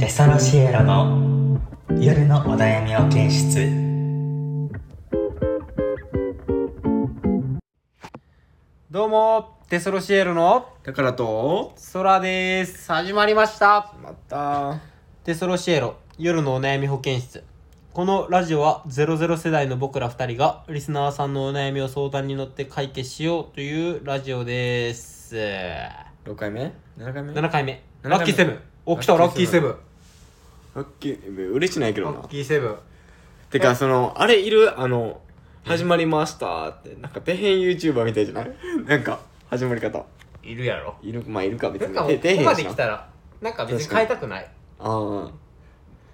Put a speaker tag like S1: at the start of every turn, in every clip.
S1: テソロシエロの夜のお悩みを検出
S2: どうもテソロシエロの
S3: だからと
S2: ソラです始まりました
S3: また
S2: テソロシエロ夜のお悩み保健室このラジオは00世代の僕ら2人がリスナーさんのお悩みを相談に乗って解決しようというラジオです7
S3: 6回目 ?7 回目
S2: 回目
S3: 目
S2: ラッキーセブンお来たラ
S3: ラ
S2: ッ
S3: ッ
S2: キ
S3: キ
S2: ー
S3: ー
S2: セ
S3: セ
S2: ブ
S3: ブ
S2: ン
S3: ンラッキー嬉しないけど
S2: ラ
S3: な
S2: ッキーセブン
S3: てかそのあれいるあの始まりましたってなんか底辺 YouTuber みたいじゃ ないなんか始まり方
S2: いるやろ
S3: いるまあいるか別
S2: なん
S3: に
S2: かもう
S3: て
S2: ここまで
S3: や
S2: 来
S3: しな
S2: たらなんか別に
S3: 確か
S2: 変え
S3: に
S2: たくない
S3: ああ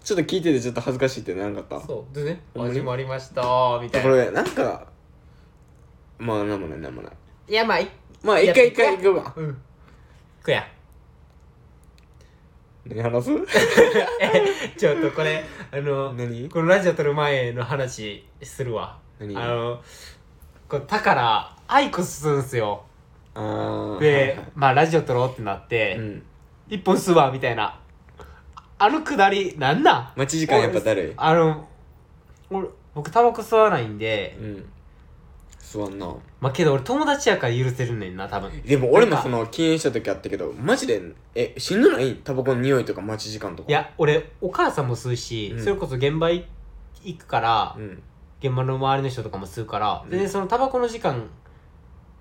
S3: ちょっと聞いててちょっと恥ずかしいってならなかった
S2: そうでね
S3: ほんまに
S2: 始まりましたーみたい
S3: こ
S2: な
S3: れなんかまあなんもないなんもない
S2: いやまあい
S3: まあ
S2: いや
S3: 一回一回行こうか
S2: うんくや
S3: 何話す
S2: ちょっとこれあの
S3: 何
S2: このラジオ撮る前の話するわ
S3: 何
S2: あのこうだからアイコスするんすよ
S3: ああ
S2: で、まあラジオ撮ろうってなっ
S3: う
S2: て
S3: ん
S2: 一、本吸うわみたいなあのくだりなんなん
S3: 待ち時間やっぱだるい
S2: あの俺僕タバコ吸わないんで、
S3: うん座んな
S2: まあけど俺友達やから許せるねんな多分
S3: でも
S2: な
S3: 俺
S2: ん
S3: も
S2: か
S3: その禁煙した時あったけどマジでえしんどないタバコの匂いとか待ち時間とか
S2: いや俺お母さんも吸うし、
S3: うん
S2: それこそ現場行くから、
S3: うん
S2: 現場の周りの人とかも吸うから、
S3: うん
S2: 全然そのタバコの時間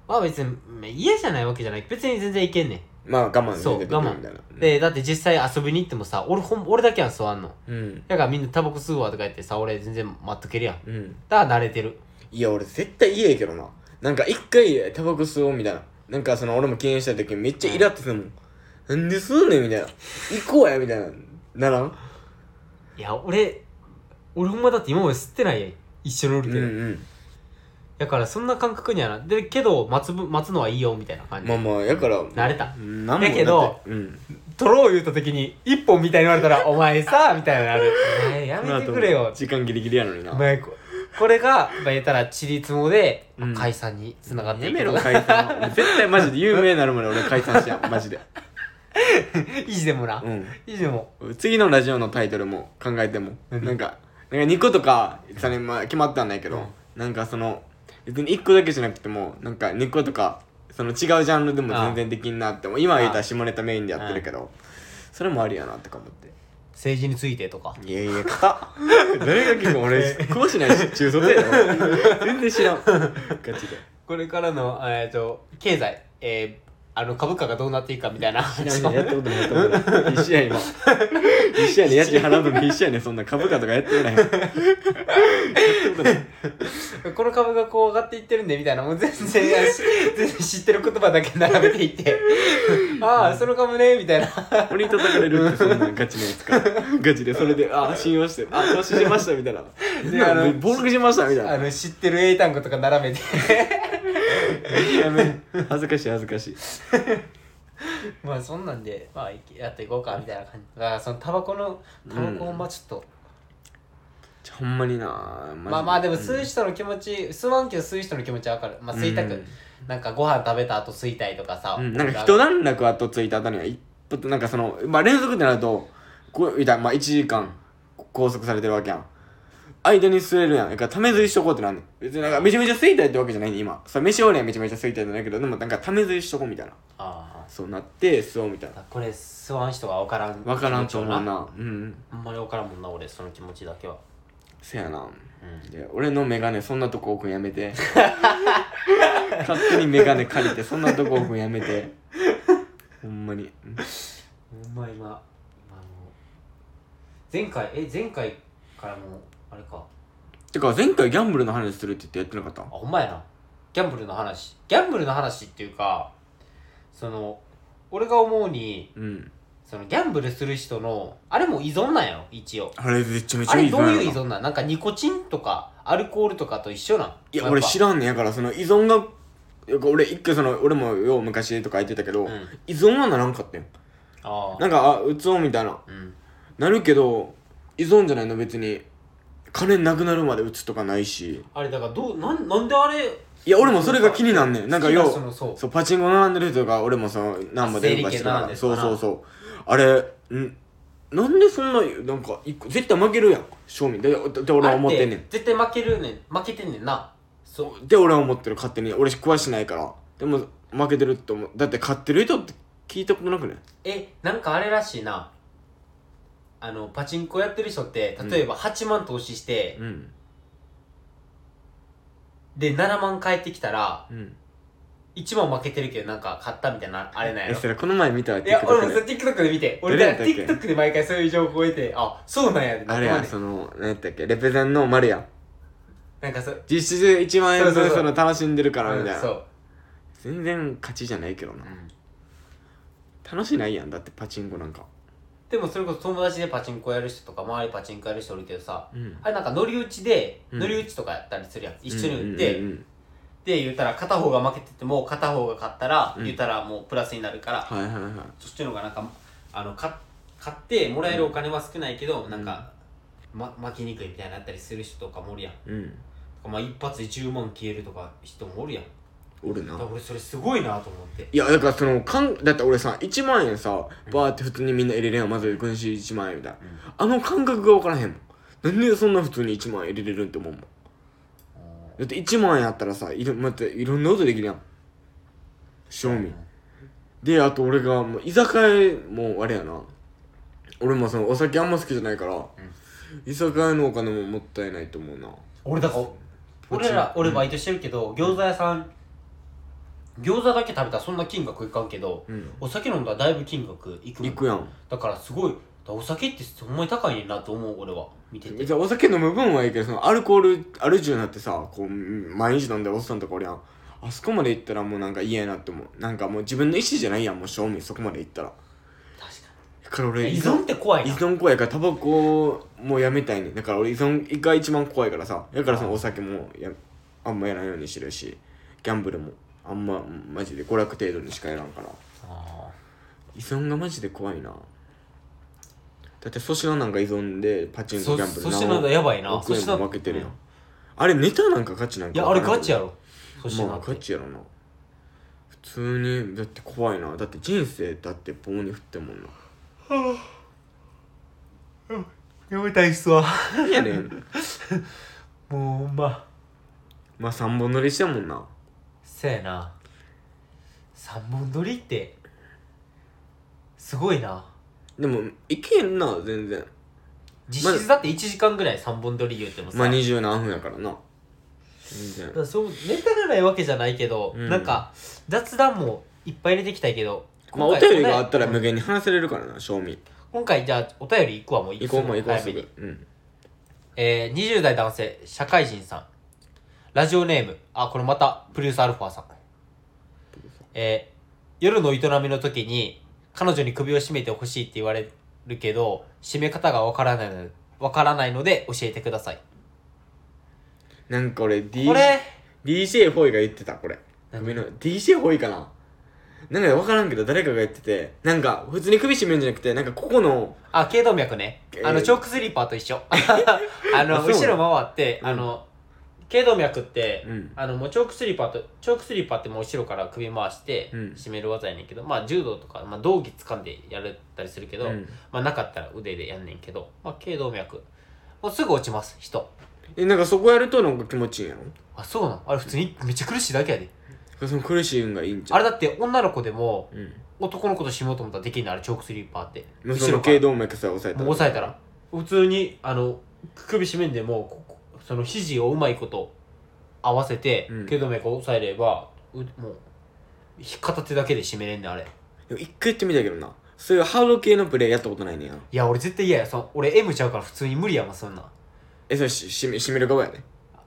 S2: は別にまあ嫌じゃないわけじゃない別に全然いけんねん
S3: まあ我慢
S2: そう
S3: 全然でき
S2: 我
S3: る
S2: 慢
S3: みたいな
S2: でだって実際遊びに行ってもさ俺ほん俺だけは座んの
S3: うん
S2: だからみんなタバコ吸うわとか言ってさ俺全然待っとけるやん
S3: うん
S2: だから慣れてる
S3: いや俺絶対嫌やけどななんか一回タバコ吸おうみたいななんかその俺も禁煙した時めっちゃイラってするもんなんで吸うねんみたいな行こうやみたいなならん
S2: いや俺俺ほんまだって今まで吸ってないやん一緒にお
S3: う
S2: る
S3: ん
S2: け
S3: う
S2: ど、
S3: ん
S2: だからそんな感覚にはなでけど待つぶ待つのはいいよみたいな感じ、
S3: まあまあやから
S2: 慣れた
S3: うんなんも
S2: やけど
S3: だってうん
S2: 取ろう言うた時に一本みたいに言われたらお前さみたいにな るお前やめてくれ
S3: ま
S2: よ
S3: あ時間ギリギリやのにな
S2: お前ここれが、まあ、言ったらちりつもで、
S3: うん
S2: 解散につながって
S3: や
S2: いく
S3: め
S2: の
S3: ろ
S2: が
S3: 解 散絶対マジで有名になるまで俺解散しやんマジで
S2: 意地でもな、
S3: うん
S2: 意地でも
S3: 次のラジオのタイトルも考えても
S2: 何
S3: なんかなんか2個とかそれ、まあ、決まったんないけど、なんかその別に1個だけじゃなくてもなんか2個とかその違うジャンルでも全然できんなっても今は言ったら下ネタメインでやってるけどそれもありやなとか思って
S2: 政治についてとか
S3: いやいや硬っ 誰が聞く俺詳しないし中卒や ろ全然知らんガチで
S2: これからの、えー、と経済、えーあの株価がどうなっていくかみたいな
S3: 知らんねやったことないと思 う必死や今必死やね家賃払うのに必死やねそんな株価とかやってないやったことない
S2: この株がこう上がっていってるんでみたいなもう全然 全然知ってる言葉だけ並べていってああその株ねみたいな
S3: 俺に叩かれるってそんなんガチのやつか ガチでそれで「あ信用してるあ投資しました」みたい な「
S2: であ
S3: な
S2: の
S3: んか暴力しました」みたい
S2: あ
S3: な
S2: の知ってる英単語とか並べて
S3: 恥ずかしい恥ずかしい
S2: まあそんなんで、まあ、いきやっていこうかみたいな感じだからそのタバコのタバコをまあちょっと、
S3: ちょほんまにな
S2: まあまあでも
S3: 数
S2: 吸う人の気持ち吸わんけど吸う人の気持ちは分かるまあ吸いたく、
S3: うん
S2: なんかご飯食べた後吸いたいとかさ、
S3: うん、なんか一段落後ついた後には一発なんかその、まあ、連続ってなるとこういったらまあ1時間拘束されてるわけやん間に吸えるやんだからため吸いしとこうってなんねん別になんかめちゃめちゃ吸いたいってわけじゃないねん今そう飯俺はめちゃめちゃ吸いたいんだけどでもなんかため吸いしとこうみたいな
S2: あ
S3: そうなって吸おうみたいな
S2: あこれ吸わん人が分からん
S3: 分からんと思う
S2: 気持ちよ
S3: なうん
S2: あんまり分からんもんな俺その気持ちだけは
S3: せやな
S2: うん
S3: いや俺のメガネそんなとこ置くんや めて勝手にメガネ借りてそんなとこ置くんやめてほんまに
S2: ほんま今今あの前回え前回からもあれか
S3: てか前回ギャンブルの話するって言ってやってなかっ
S2: あほんまやなギャンブルの話ギャンブルの話っていうかその俺が思うに
S3: たうん
S2: そのギャンブルする人のあれも依存なんやろ一応
S3: あれめちゃめち
S2: あ
S3: ゃい
S2: れ
S3: い
S2: どういう依
S3: 依
S2: 存
S3: 存
S2: なんなんかニコチンとかアルコールとかと一緒なん
S3: いや俺
S2: っ
S3: 知らんねんやからその依存がいや俺一回その俺もよう昔とか言ってたけ
S2: う
S3: ど、
S2: ん
S3: 依存はならんかったよ
S2: ああ
S3: なんかあうつおみたいな
S2: うん
S3: なるけど依存じゃないの別に金なくなるまでうつとかないし
S2: あれだからどうなんなんであれ
S3: いや俺もそれが気になんねんなんかよ
S2: 好
S3: う
S2: きそのそう
S3: そうパチンコ並んでる人が俺もその何も電波し
S2: 整理券並ん
S3: てたか
S2: で
S3: ら
S2: るから
S3: そうそうそうあれんなんでそんななんか一個絶対負けるやん正味でで俺は思ってんね
S2: あ
S3: ん
S2: れ絶対負けるねん負けてんねんなそう
S3: で俺は思ってる勝手に俺詳しないからでも負けてるって思うだって勝ってる人って聞いたことなくね
S2: えなんかあれらしいなあのパチンコやってる人って例えば8万投資して、
S3: うん
S2: で7万返ってきたら
S3: うん
S2: 1万負けてるけどなんか買ったみたいなあれなんや
S3: え
S2: ろ
S3: それこの前見たわ
S2: いや俺も
S3: TikTok で
S2: それ TikTok で見て俺だから
S3: どれやったっ
S2: TikTok で毎回そういう情報を得てあそうなんやで
S3: あれや
S2: なんか
S3: その何やったっけレペゼンの丸やん
S2: なんかそう
S3: 実質1万円
S2: そう
S3: 分
S2: そうそ
S3: そうの楽しんでるからみたい
S2: うんそ
S3: な
S2: う
S3: 全然勝ちじゃないけどな楽しないやんだってパチンコなんか
S2: でもそれこそ友達でパチンコやる人とか周りパチンコやる人おるけどさ
S3: うん
S2: あれなんか乗り打ちで、
S3: うん
S2: 乗り打ちとかやったりするやん一緒に打って、
S3: うんうんうん
S2: で言うたら片方が負けてても片方が勝ったら、
S3: うん
S2: 言うたらもうプラスになるから、
S3: はいはいはい
S2: そっちの方がなんかあのか買ってもらえるお金は少ないけど、なんか、ま、負けにくいみたいになったりする人とかもおるやん
S3: うん
S2: まあ、一発で10万消えるとか人もおるやんだ
S3: おるな
S2: から俺それすごいなと思って
S3: いやだからそのかんだって俺さ1万円さバーって普通にみんな入れれんよまず軍資1万円みたいな、あの感覚が分からへんもんなんでそんな普通に1万円入れれるんって思うもんだって1万円あったらさいろ,、また、いろんなことできるやん正味、であと俺がもう居酒屋もあれやな俺もそのお酒あんま好きじゃないから、居酒屋のお金ももったいないと思うな
S2: 俺だから俺ら俺バイトしてるけど、餃子屋さん餃子だけ食べたらそんな金額いかんけど、
S3: うん
S2: お酒飲んだらだいぶ金額いくもん
S3: 行くやん
S2: だからすごいだからお酒ってほんまに高いねんなと思う俺は見てて
S3: じゃあお酒飲む分はいいけどそのアルコールアル中になってさこう毎日飲んでるおっさんとかおりゃんあそこまで行ったらもうなんか嫌やなって思うなんかもう自分の意思じゃないやんもう正味そこまで行ったら
S2: 確
S3: だから
S2: か
S3: 俺
S2: に依存って怖い
S3: 依
S2: な
S3: 存怖いからタバコもやめたいねんだから俺依存が一番怖いからさだからそのお酒もやあんまやらないようにしてるしギャンブルもあんまマジで娯楽程度にしかやらんから
S2: あ
S3: 依存がマジで怖いなだって粗品なんか依存でパチ
S2: ー
S3: ンコ
S2: そ
S3: ギャンブル
S2: そしてなんだやばいな
S3: 億
S2: そ
S3: 円
S2: して
S3: も負けてるやん、
S2: うん
S3: あれネタなんかガチなん
S2: い
S3: か
S2: やあれガチやろそして
S3: ま
S2: な
S3: あ
S2: んて
S3: ガチやろな普通にだって怖いなだって人生だって棒に振ってんもんな
S2: やめたいっすわ
S3: 何やね ん
S2: もうほんま
S3: まあ三本乗りしてんもんな
S2: せやな三本取りってすごいな
S3: でもいけんな全然
S2: 実質だって1時間ぐらい三本取り言うてもさ、
S3: まあ二十何分やからな全然
S2: だからそうネタがないわけじゃないけど、
S3: うん
S2: なんか雑談もいっぱい入れてきたいけど
S3: まあお
S2: 今回
S3: 便りがあったら
S2: うん
S3: 無限に話せれるからな正味
S2: 今回じゃあお便り行くわもう
S3: 行こうもう行こう
S2: 早
S3: す
S2: めに
S3: ぐうん
S2: えー、20代男性社会人さんラジオネームあこれまたプロデュースアルファさんえー、夜の営みの時に彼女に首を絞めてほしいって言われるけど締め方がわからないのわからないので教えてください
S3: なんか俺 D
S2: これ
S3: DJ ホイが言ってたこれ
S2: 何
S3: 首の DJ ホイかななんか分からんけど誰かが言っててなんか普通に首絞めるんじゃなくてなんかここの
S2: あ頸動脈ね
S3: えー
S2: あのチョークスリーパーと一緒 あの
S3: あそう
S2: 後ろ回って、
S3: うん
S2: あの頸動脈って、
S3: うん
S2: あのもうチョークスリーパーとチョークスリーパーってもう後ろから首回して
S3: うん
S2: 締める技やねんけど、まあ柔道とか、まあ、道着掴んでやれたりするけど、
S3: うん
S2: まあなかったら腕でやんねんけど、まあ、頸動脈もうすぐ落ちます人
S3: えなんかそこやるとなんか気持ちいいんやろ
S2: あそうなのあれ普通にめっちゃ苦しいだけやで
S3: その苦しい運がいいんじゃ
S2: あ
S3: ん
S2: れだって女の子でも
S3: うん
S2: 男の子と締めようと思ったらできんのあれチョークスリーパーって
S3: もう
S2: 後
S3: その
S2: ろから
S3: 頸動脈さえ押さえた
S2: もう押さえたら普通にあの首締めんでもここその肘をうまいこと合わせて
S3: うん
S2: 頸動脈を押さえれば、うもうひ片手だけで締めれんねんあれ
S3: でも一回やってみたけどなそういうハード系のプレイやったことないねんや
S2: いや俺絶対嫌やその俺 M ちゃうから普通に無理やもんそんなん
S3: えそれししめ締める側やね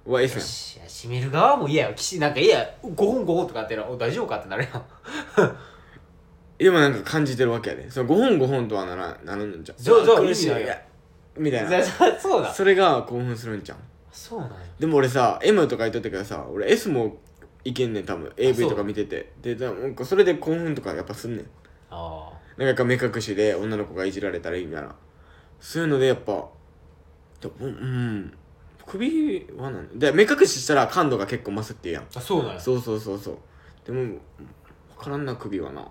S3: は S
S2: よ
S3: やん
S2: しいや締める側も嫌やきしなんか嫌や5本5本とかやってるお大丈夫かってなるやん
S3: でもなんか感じてるわけやでその5本5本とはならなるんじゃん
S2: そうそう
S3: あ苦しい
S2: 意味ないよ
S3: みたい
S2: そ
S3: な
S2: そ そうだ
S3: それが興奮するんじゃん
S2: そうなんや
S3: でも俺さ M とか言っとったけどさ俺 S もいけんねん多分 AV とか見ててででもなんかそれで興奮とかやっぱすんねん
S2: ああ
S3: なんか目隠しで女の子がいじられたらいいみたいなそういうのでやっぱでうん、うん、首はなんで目隠ししたら感度が結構増すっていうやん
S2: あそうなんや
S3: そうそうそうそうでも分からんな首はな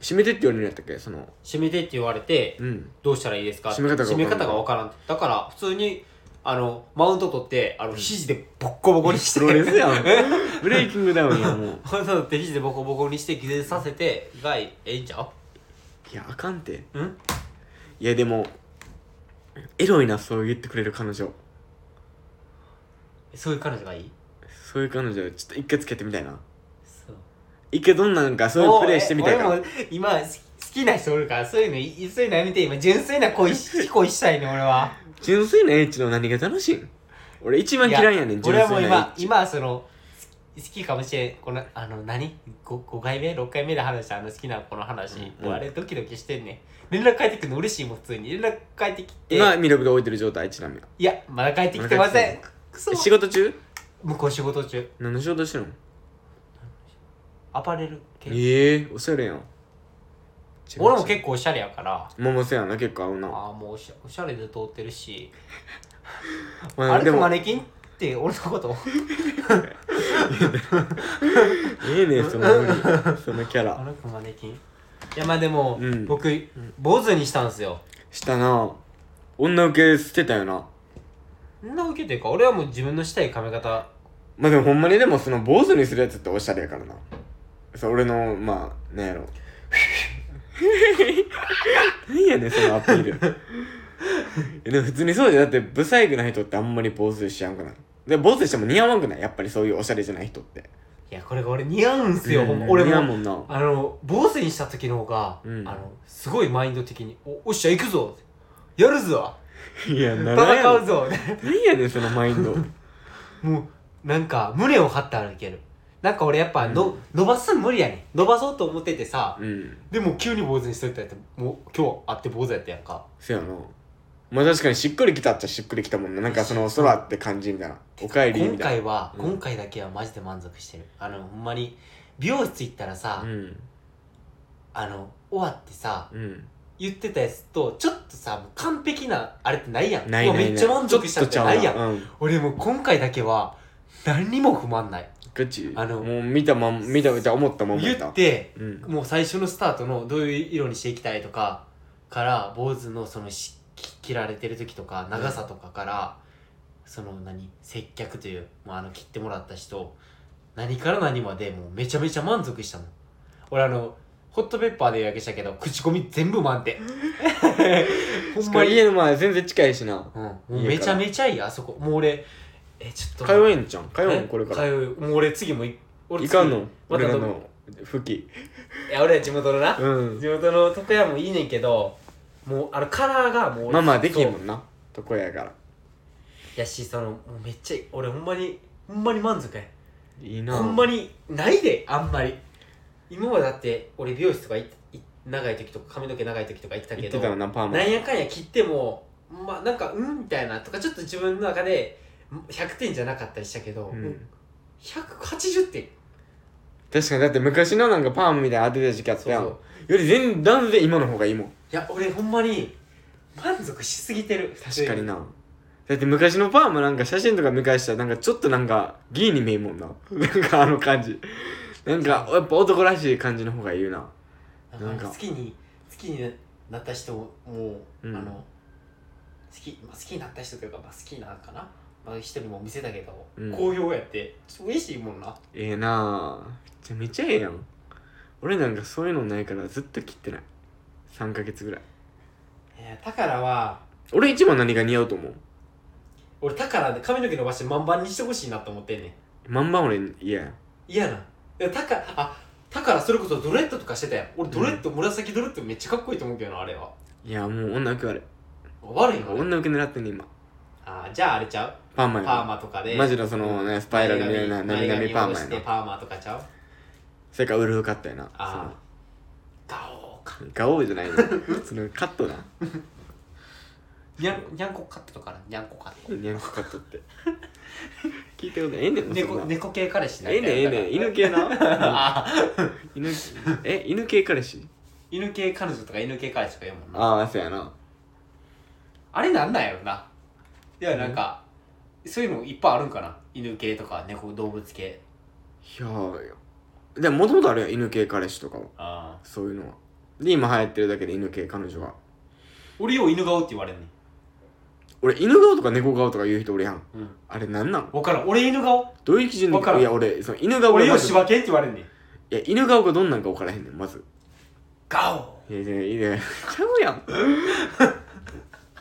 S3: 締めてって言われるんやったっけその
S2: 締めてって言われて
S3: うん
S2: どうしたらいいですか
S3: 締め方が分から
S2: が分からん
S3: ん
S2: ってだから普通にあのマウント取ってあの肘でボッコボコにして
S3: プロ レスやんブレイキングダウンやもう
S2: マウント取って肘でボコボコにして気絶させてがええんちゃ
S3: いやあかんて
S2: ううん
S3: いやでもエロいなそう言ってくれる彼女
S2: そういう彼女がいい
S3: そういう彼女ちょっと一回つけてみたいな
S2: そう
S3: 一回どんなんかそういうプレイしてみたい
S2: お
S3: か
S2: え
S3: ら
S2: 俺も今好き好きな人おるからそういうのいそういうのやめて今純粋な恋し恋したいね俺は
S3: 純粋なエッチの何が楽しいん俺一番嫌いやねん
S2: い
S3: 純
S2: 俺はもう
S3: 粋なエ
S2: 今
S3: ッチ
S2: 今はその好き好きかもしれんこのあの何 5, 5回目6回目で話したあの好きな子の話、
S3: うん
S2: 俺あれドキドキしてんね連絡返ってくるの嬉しいもん普通に連絡返ってきて
S3: 今魅力で置いてる状態ちなみに
S2: いやまだ帰ってきてませんくそ
S3: え仕事中
S2: 向こう仕事中
S3: 何の仕事してるの
S2: アパレル系
S3: ええおしゃれやん
S2: 俺も結構おしゃれやから
S3: ももせやな結構合うな
S2: ああもうおしゃおしゃれで通ってるし
S3: まあ
S2: あれ
S3: で
S2: マ
S3: も
S2: ネキンって俺のこと
S3: ええねんその無理 そのキャラ
S2: 歩くマネキンいやまあでも、
S3: うん
S2: 僕坊主にしたんですよ
S3: したな女受け捨てたよな
S2: そんな受けてるか俺はもう自分のしたい髪型
S3: まあでもほんまにでもその坊主にするやつっておしゃれやからなそう俺のまあなんやろ何やねんそのアピールえでも普通にそうじゃんだって不細工な人ってあんまり坊主しやんくないで坊主しても似合わんくないやっぱりそういうおしゃれじゃない人って
S2: いやこれが俺似合うんすよ、ほんま
S3: うん
S2: 俺
S3: 似合う
S2: も
S3: もんな
S2: あの坊主にした時の方が、
S3: うん
S2: あのすごいマインド的に「おおっしゃ行くぞ!」やるぞ
S3: いやならんや
S2: 戦
S3: ろ
S2: うぞ
S3: 何やねんそのマインド
S2: もうなんか胸を張って歩けるなんか俺やっぱの、
S3: う
S2: 伸ばすの無理やねん伸ばそうと思っててさ、
S3: うん
S2: でも急に坊主にしといたやつもう今日会って坊主やったやんか
S3: せやなまあ確かにしっくりきたっちゃしっくりきたもんななんかその空って感じみたいなおかえり
S2: 今
S3: みたい
S2: 回は、
S3: うん
S2: 今回だけはマジで満足してるあのほんまに美容室行ったら
S3: な
S2: さ、
S3: うん
S2: あの終わってさ
S3: うん
S2: 言ってたやつとちょっとさもう完璧なあれってないやん
S3: ないないない
S2: もうめっちゃ満足したってないやん
S3: ちょっとちゃううん
S2: 俺もう今回だけは何にも不満ない
S3: ガチ
S2: あの
S3: もう見たまん見た見た思ったまんまや
S2: 言
S3: った
S2: って
S3: うん
S2: もう最初のスタートのどういう色にしていきたいとかから坊主のそのしき切られてる時とか長さとかから、その何接客という、まあ、あの切ってもらった人何から何までもうめちゃめちゃ満足したもん俺あのホットペッパーで予約したけど口コミ全部満点ほ
S3: し
S2: ん
S3: か
S2: ま
S3: も
S2: に、
S3: 家の前全然近いしな
S2: うん、もうめちゃめちゃいいあそこもう俺えちょっと
S3: 通えんじゃん通え
S2: え
S3: んこれから
S2: 通うもう俺次もい俺
S3: い
S2: 次
S3: かんの
S2: また
S3: 俺ら
S2: どこ
S3: の吹き
S2: いや俺は地元のな、
S3: う ん
S2: 地元の床屋もいいねんけどもうあのカラーがもう
S3: まあまあできん
S2: そ
S3: も
S2: うん
S3: なとこやから
S2: やしそのもうめっちゃいい俺ほんまにほんまに満足や、
S3: いい
S2: ん、
S3: な
S2: ほんまにないであんまり今までだって俺美容室とかいい長い時とか髪の毛長い時とか行ってた
S3: 言
S2: け
S3: って
S2: ど
S3: たよなパーマ
S2: なんやかんや切ってもまあなんかうんみたいなとかちょっと自分の中で100点じゃなかったりしたけど、も
S3: う
S2: うん180点
S3: 確かにだって昔のなんかパーマみたいなの当てた時期あったやん
S2: そう
S3: より全断然今の方がいいもん
S2: いや俺ほんまに満足しすぎてる
S3: 確かになだって昔のパーマなんか写真とか見返したらなんかちょっとなんかギーに見えんもんな なんかあの感じなんかやっぱ男らしい感じの方がいいよな
S2: な
S3: なんん
S2: か
S3: か
S2: 好きに好きになった人ももう、
S3: うん
S2: あの好き、まあ、好きになった人というか、まあ、好きなのかな、まあ、人にも見せたけど、
S3: うん
S2: 好評やってちょっと嬉しいもんな
S3: ええなあめちゃめちゃええやん俺なんかそういうのないからずっと切ってない3ヶ月ぐらい
S2: えー、宝は
S3: 俺一番何が似合うと思う
S2: 俺宝で髪の毛伸ばして満々にしてほしいなと思ってんねん
S3: まんま俺嫌やん
S2: 嫌な宝あ宝それこそドレッドとかしてたやん俺ドレッド、紫ドレッドめっちゃかっこいいと思うけどなあれはい
S3: やもう女受け悪
S2: 悪い
S3: い
S2: の
S3: 女受け狙ってんね今
S2: あーじゃああれちゃう
S3: パーマや
S2: パー
S3: な
S2: マとかで
S3: マジのそのねスパイラルみたいな
S2: 前
S3: 波
S2: 髪
S3: 々パー
S2: 前
S3: マ
S2: 髪下ろ
S3: や
S2: して
S3: な
S2: パーマとかちゃう
S3: それからウルフカットやな
S2: ああガオーか
S3: そのガオーじゃ ないよそのカットな
S2: にゃんにゃんこカットとかなにゃんこカット
S3: ニャンコカットって聞いたことええねんもうそん
S2: 猫
S3: な
S2: 猫系彼氏
S3: ええねんええねん
S2: 犬
S3: 犬 系な
S2: あ
S3: 犬え犬系彼氏
S2: 犬系彼女とか犬系彼氏とか言うもんなあ
S3: ああそうやな
S2: れなんなんやろないやなんか、そういうのいっぱいあるんかな犬系とか猫動物系
S3: いやーでももともとあるやん犬系彼氏とかは
S2: あ
S3: そういうのはで今流行ってるだけで犬系彼女が
S2: 俺よう犬顔って言われんねん
S3: 俺犬顔とか猫顔とか言う人おるやん、
S2: うん
S3: あれなんなん
S2: 分からん俺犬顔
S3: どういう基準で
S2: わからん
S3: いや俺その犬顔が
S2: 俺よ
S3: ま
S2: う
S3: ず
S2: 柴犬って言われんねん
S3: いや犬顔がどんなんか分からへんねんまず
S2: ガオ
S3: いやいやいやちゃうやん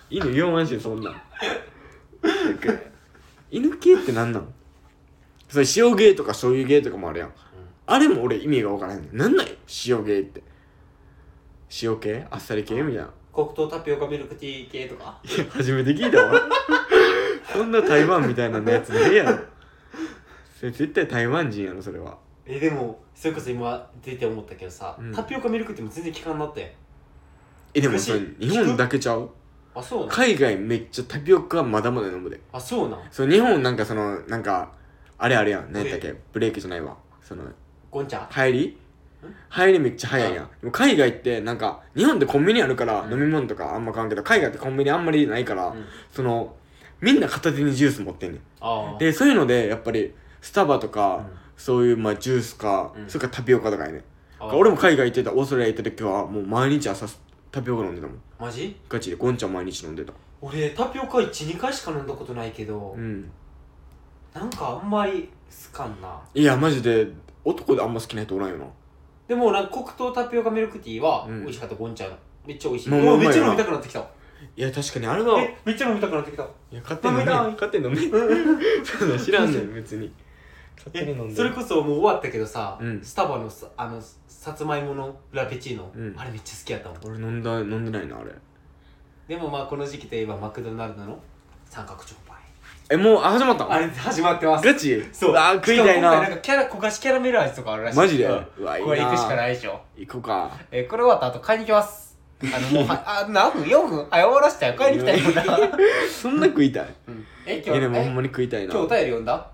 S3: 犬4安心そんなんなんか犬系ってなんなんそれ塩芸とか醤油芸とかもあるやん、あれも俺意味が分からへんねんなんなんよ塩芸って塩系あっさり系みたいな
S2: 黒糖タピオカミルクティー系とか
S3: いや初めて聞いたわそんな台湾みたいなのやつねえやろそれ絶対台湾人やろそれは
S2: えでもそれこそ今出て思ったけどさ、
S3: うん
S2: タピオカミルクティーも全然効かんなって
S3: えでもそれ
S2: 美
S3: 日
S2: しい
S3: 本だけちゃう
S2: あそうなん
S3: 海外めっちゃタピオカまだまだ飲むで
S2: あそうなん
S3: そう日本なんかそのなんかあれあれやん何やったっけブレイクじゃないわその
S2: ゴンちゃん
S3: 入り入りめっちゃ早いやんでも海外ってなんか日本ってコンビニあるから
S2: うん
S3: 飲み物とかあんま買わんけど海外ってコンビニあんまりないから、
S2: うん
S3: そのみんな片手にジュース持ってんねん
S2: ああ
S3: でそういうのでやっぱりスタバとか、
S2: うん
S3: そういうまあジュースか、
S2: うん
S3: それからタピオカとかやね
S2: あー
S3: 俺も海外行ってたオーストラリア行った時はもう毎日朝タピオカ飲んでたもん
S2: マジ
S3: ガチでゴンちゃん毎日飲んでた
S2: 俺タピオカ12回しか飲んだことないけど、
S3: うん
S2: なんかあんまり好かんない
S3: やマジで男であんま好きな人おらんよな
S2: でもなんか黒糖タピオカミルクティーは
S3: うん
S2: 美味しかった、ゴンちゃんめっちゃ美味しい、
S3: もう
S2: うわ
S3: うまい
S2: め
S3: よ
S2: っちゃ
S3: な
S2: 飲みたくなってきた
S3: いや確かにあれは
S2: えめっちゃ飲みたくなってきた
S3: いや勝手に飲め
S2: 飲み
S3: 勝手に飲めそんなん知らんね ん別に勝手に飲んで
S2: それこそもう終わったけどさ、
S3: うん
S2: スタバのさあのさつまいものラペチーノ、
S3: うん
S2: あれめっちゃ好きやったもん
S3: 俺飲んだ飲んでないなあれ
S2: でもまあこの時期といえばマクドナルドの三角チョコパイ
S3: えもうあ始まった
S2: あれ
S3: の
S2: 始まってます
S3: ガチ
S2: そう
S3: あー食いたい
S2: しかも今回
S3: なん
S2: かキャラ焦がしキャラメル味とかあるらしい
S3: マジで
S2: うん
S3: うわいいな
S2: これ行くしかないでしょ
S3: 行こうか
S2: えーこれ終わった後買いに行きますあのもう はあ何分4分早終わらしたよ買いに来たよな、
S3: そんな食いたい
S2: うん え
S3: い
S2: 今日
S3: やでも
S2: え
S3: ほんまに食いたいな
S2: 今日お便り読んだ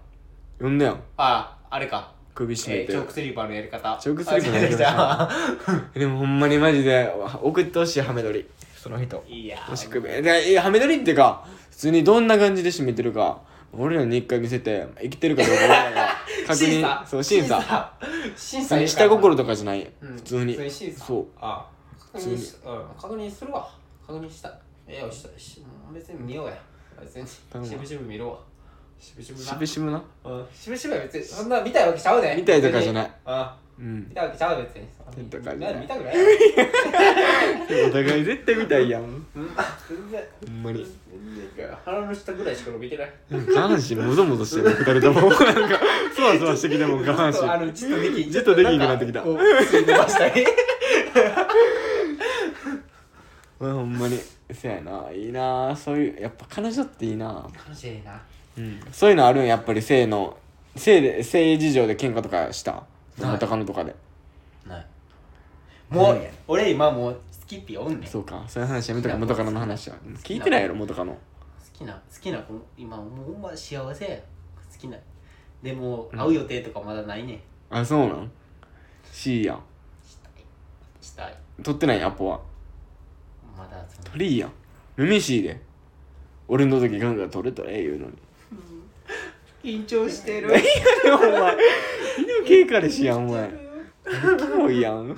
S3: 呼んだやん
S2: ああれか、
S3: 首絞め
S2: えー、
S3: て
S2: チョークスリーパーのやり方
S3: チョークスリーパーのやり方
S2: あ
S3: えでもほんまにマジで送ってほしいハメ撮りその人
S2: 違う違ういやー
S3: もしくべでえハメ撮りってか普通にどんな感じで締めてるか俺らに一回見せて生きてるかどうか俺らが確
S2: 審
S3: 認
S2: 査
S3: そう審査
S2: 審
S3: 普通
S2: 査
S3: に下心とかじゃない、
S2: うん
S3: 普通に
S2: 普通に審査
S3: そう
S2: ああ
S3: 普通に
S2: うん確認するわ確認したえよしたし別に見ようや別にし
S3: 頼むわ
S2: ぶしぶ見ろわしぶしぶ
S3: し
S2: な
S3: ぶしぶな
S2: うんしぶしぶは別にそんな見たいわけちゃうで
S3: 見たいとかじゃないい
S2: あ
S3: うん
S2: 見たいわけちゃうで別に
S3: 見たいとかじゃない
S2: な見たくない
S3: お互い絶対見たいやん
S2: うん全然
S3: ほんまに
S2: 全然いいから腹の下ぐらいしか伸びてない
S3: なんか下半身もぞもぞしてる二人ともなんかそわそわしてきてもん下半
S2: ちょっとあ
S3: 身
S2: のちょっとでき
S3: ちょっとできんくなってきた
S2: こうすり伸ば したり
S3: うんほんまにそやないいなそういうやっぱ彼女っていいな
S2: 楽しいな
S3: うんそういうのあるんやっぱり性の性で性事情で喧嘩とかした元カノとかで
S2: ないもう、
S3: うん
S2: 俺今もうスキッピーおんねん好
S3: そうかそういう話やめとか元カノの話は聞いてないやろ元カノ
S2: きな好きな子今もうほんま幸せや好きなでも会う予定とかまだないねん、
S3: あそうなん ?C やん
S2: したいしたい
S3: 取ってないアポは
S2: まだその
S3: 取りいいやん耳 C で俺の時ガンガン取れたらええ言うのに
S2: 緊張してる
S3: お前犬系彼氏やんお前キモいやん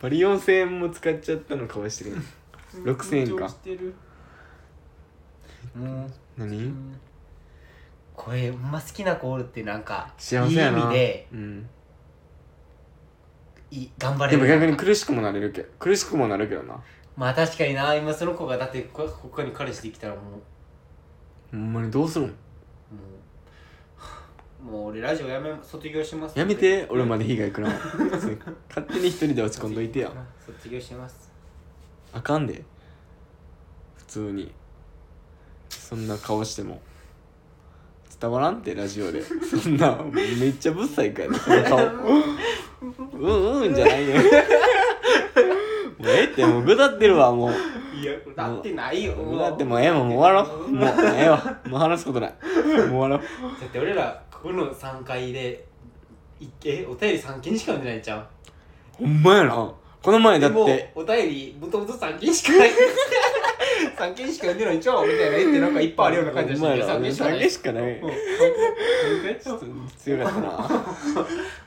S3: パリ4000円も使っちゃったの顔してるやん6000円か
S2: てるもう
S3: 何
S2: これほんま好きな子おるってなんか
S3: 幸せやない
S2: い意味で
S3: うん、
S2: いい頑張れ
S3: で
S2: る
S3: も逆に苦しくもなれるけ苦しくもなるけどな
S2: まあ確かにな今その子がだってこ他に彼氏できたらもう
S3: ほんまにどうするん
S2: もうもう俺ラジオやめ卒業します
S3: やめて俺まで被害食らう 勝手に一人で落ち込んどいてや
S2: 卒業します
S3: あかんで普通にそんな顔しても伝わらんってラジオでそんなめっちゃぶっさいからその顔うんうんじゃないよもうええってもうぐだってるわもう
S2: いやだってないよ
S3: ぐだってもうええわもう終わろうもうええわもう話すことないもう終わろう
S2: だって俺らここの3回でいえお便り3件しか読んでないじゃん
S3: ほんまやなこの前だ
S2: で
S3: っ
S2: も
S3: て
S2: お便りもともと3件しかない三軒しか出ないんちゃうみたいな言ってなんかいっぱいあるような感じ
S3: お
S2: だ
S3: 前
S2: し
S3: ら
S2: 三軒しかない
S3: 酒しかない
S2: うん
S3: ちょっと強かったな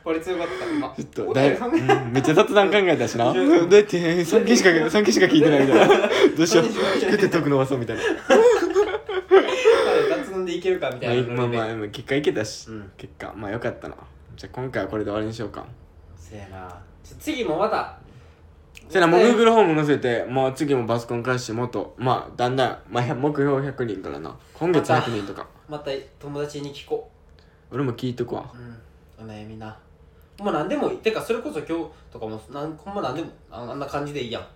S2: 俺強かった今
S3: ちょっとだいぶ、うんめっちゃ雑談考えたし などうやって3件しか三件しか聞いてないみたいなどうしよう食って得伸ばそうみたいな
S2: 雑談でいけるかみたいな
S3: まあ
S2: ので
S3: まあまあ結果いけたし、
S2: うん
S3: 結果まあよかったなじゃあ今回はこれで終わりにしようか
S2: せやなちょ次もまた
S3: せやなもう Google ホーム載せてもう次もバスコン返してもっとまあだんだん、まあ、目標100人からな今月100人とか
S2: また友達に聞こ
S3: 俺も聞いとくわ
S2: ううんお悩みなまあ何でもいいてかそれこそ今日とかもなんほんま何でもああんな感じでいいやん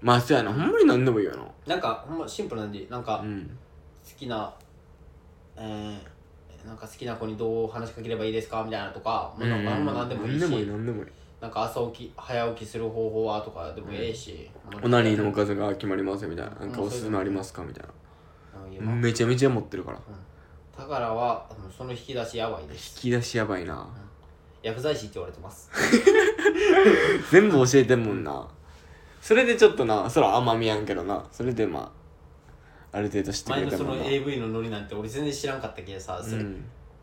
S3: まあそうやなほんまに何でもいいよ
S2: なんかほんまシンプルなんでなん
S3: な
S2: か
S3: うん
S2: 好きなえー、なんか好きな子にどう話しかければいいですかみたいなとか、まあ、なんかほんま何でもいいし、
S3: 何でもいい何でもいい
S2: なんか朝起き早起きする方法はとかでもええし、
S3: オナニーのおかずが決まりますみたいななんかおすすめありますかみたい
S2: なんか言えば
S3: なめちゃめちゃ持ってるから
S2: だからはうんその引き出しやばいで
S3: 引
S2: す
S3: き出しやばいな
S2: 薬剤師って言われてます
S3: 全部教えてんもんなそれでちょっとなそら甘みやんけどなそれでまあある程度知ってく
S2: 前
S3: れ
S2: の
S3: た
S2: そ
S3: も
S2: の
S3: んな
S2: AV のノリなんて俺全然知らんかったけどさ、
S3: う
S2: それ
S3: ん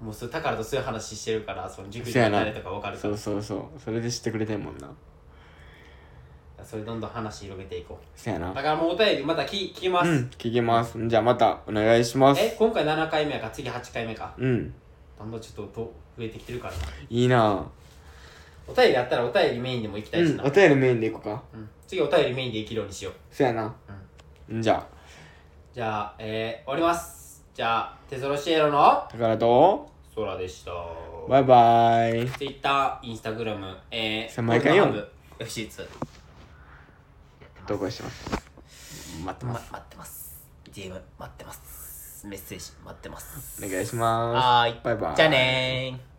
S2: もうそれだからとそういう話してるからその塾に
S3: せやな
S2: 誰とか分かるか
S3: そ
S2: ら
S3: う
S2: そ
S3: そうそうそれで知ってくれてんもんな
S2: れどんどん話広げていこ
S3: せや
S2: うだ
S3: な
S2: からもうお便りまた聞聞きま
S3: う
S2: す、
S3: ん聞きますじゃあまたお願いします
S2: え今回7回目やから次8回目か
S3: うん
S2: どんどんちょっとと増えてきてるからない
S3: いな
S2: お便りあったらお便りメインでも行きた
S3: う
S2: いし
S3: ん
S2: な、
S3: お便りメインでいこうか
S2: うん次お便りメインで生きるようにしよう
S3: せやなじゃあ
S2: じゃあ、えー、終わりますじゃあテソロシエロの
S3: 宝と
S2: ソラでした
S3: バイバイ
S2: Twitter、Instagram、え
S3: さ
S2: ー、
S3: あ毎回読む
S2: FC2
S3: 投稿してます待って
S2: ま
S3: ま
S2: 待
S3: す
S2: ってます DM 待ってますメッセージ待ってます
S3: お願いします
S2: はーい
S3: バイバイ
S2: じゃあねー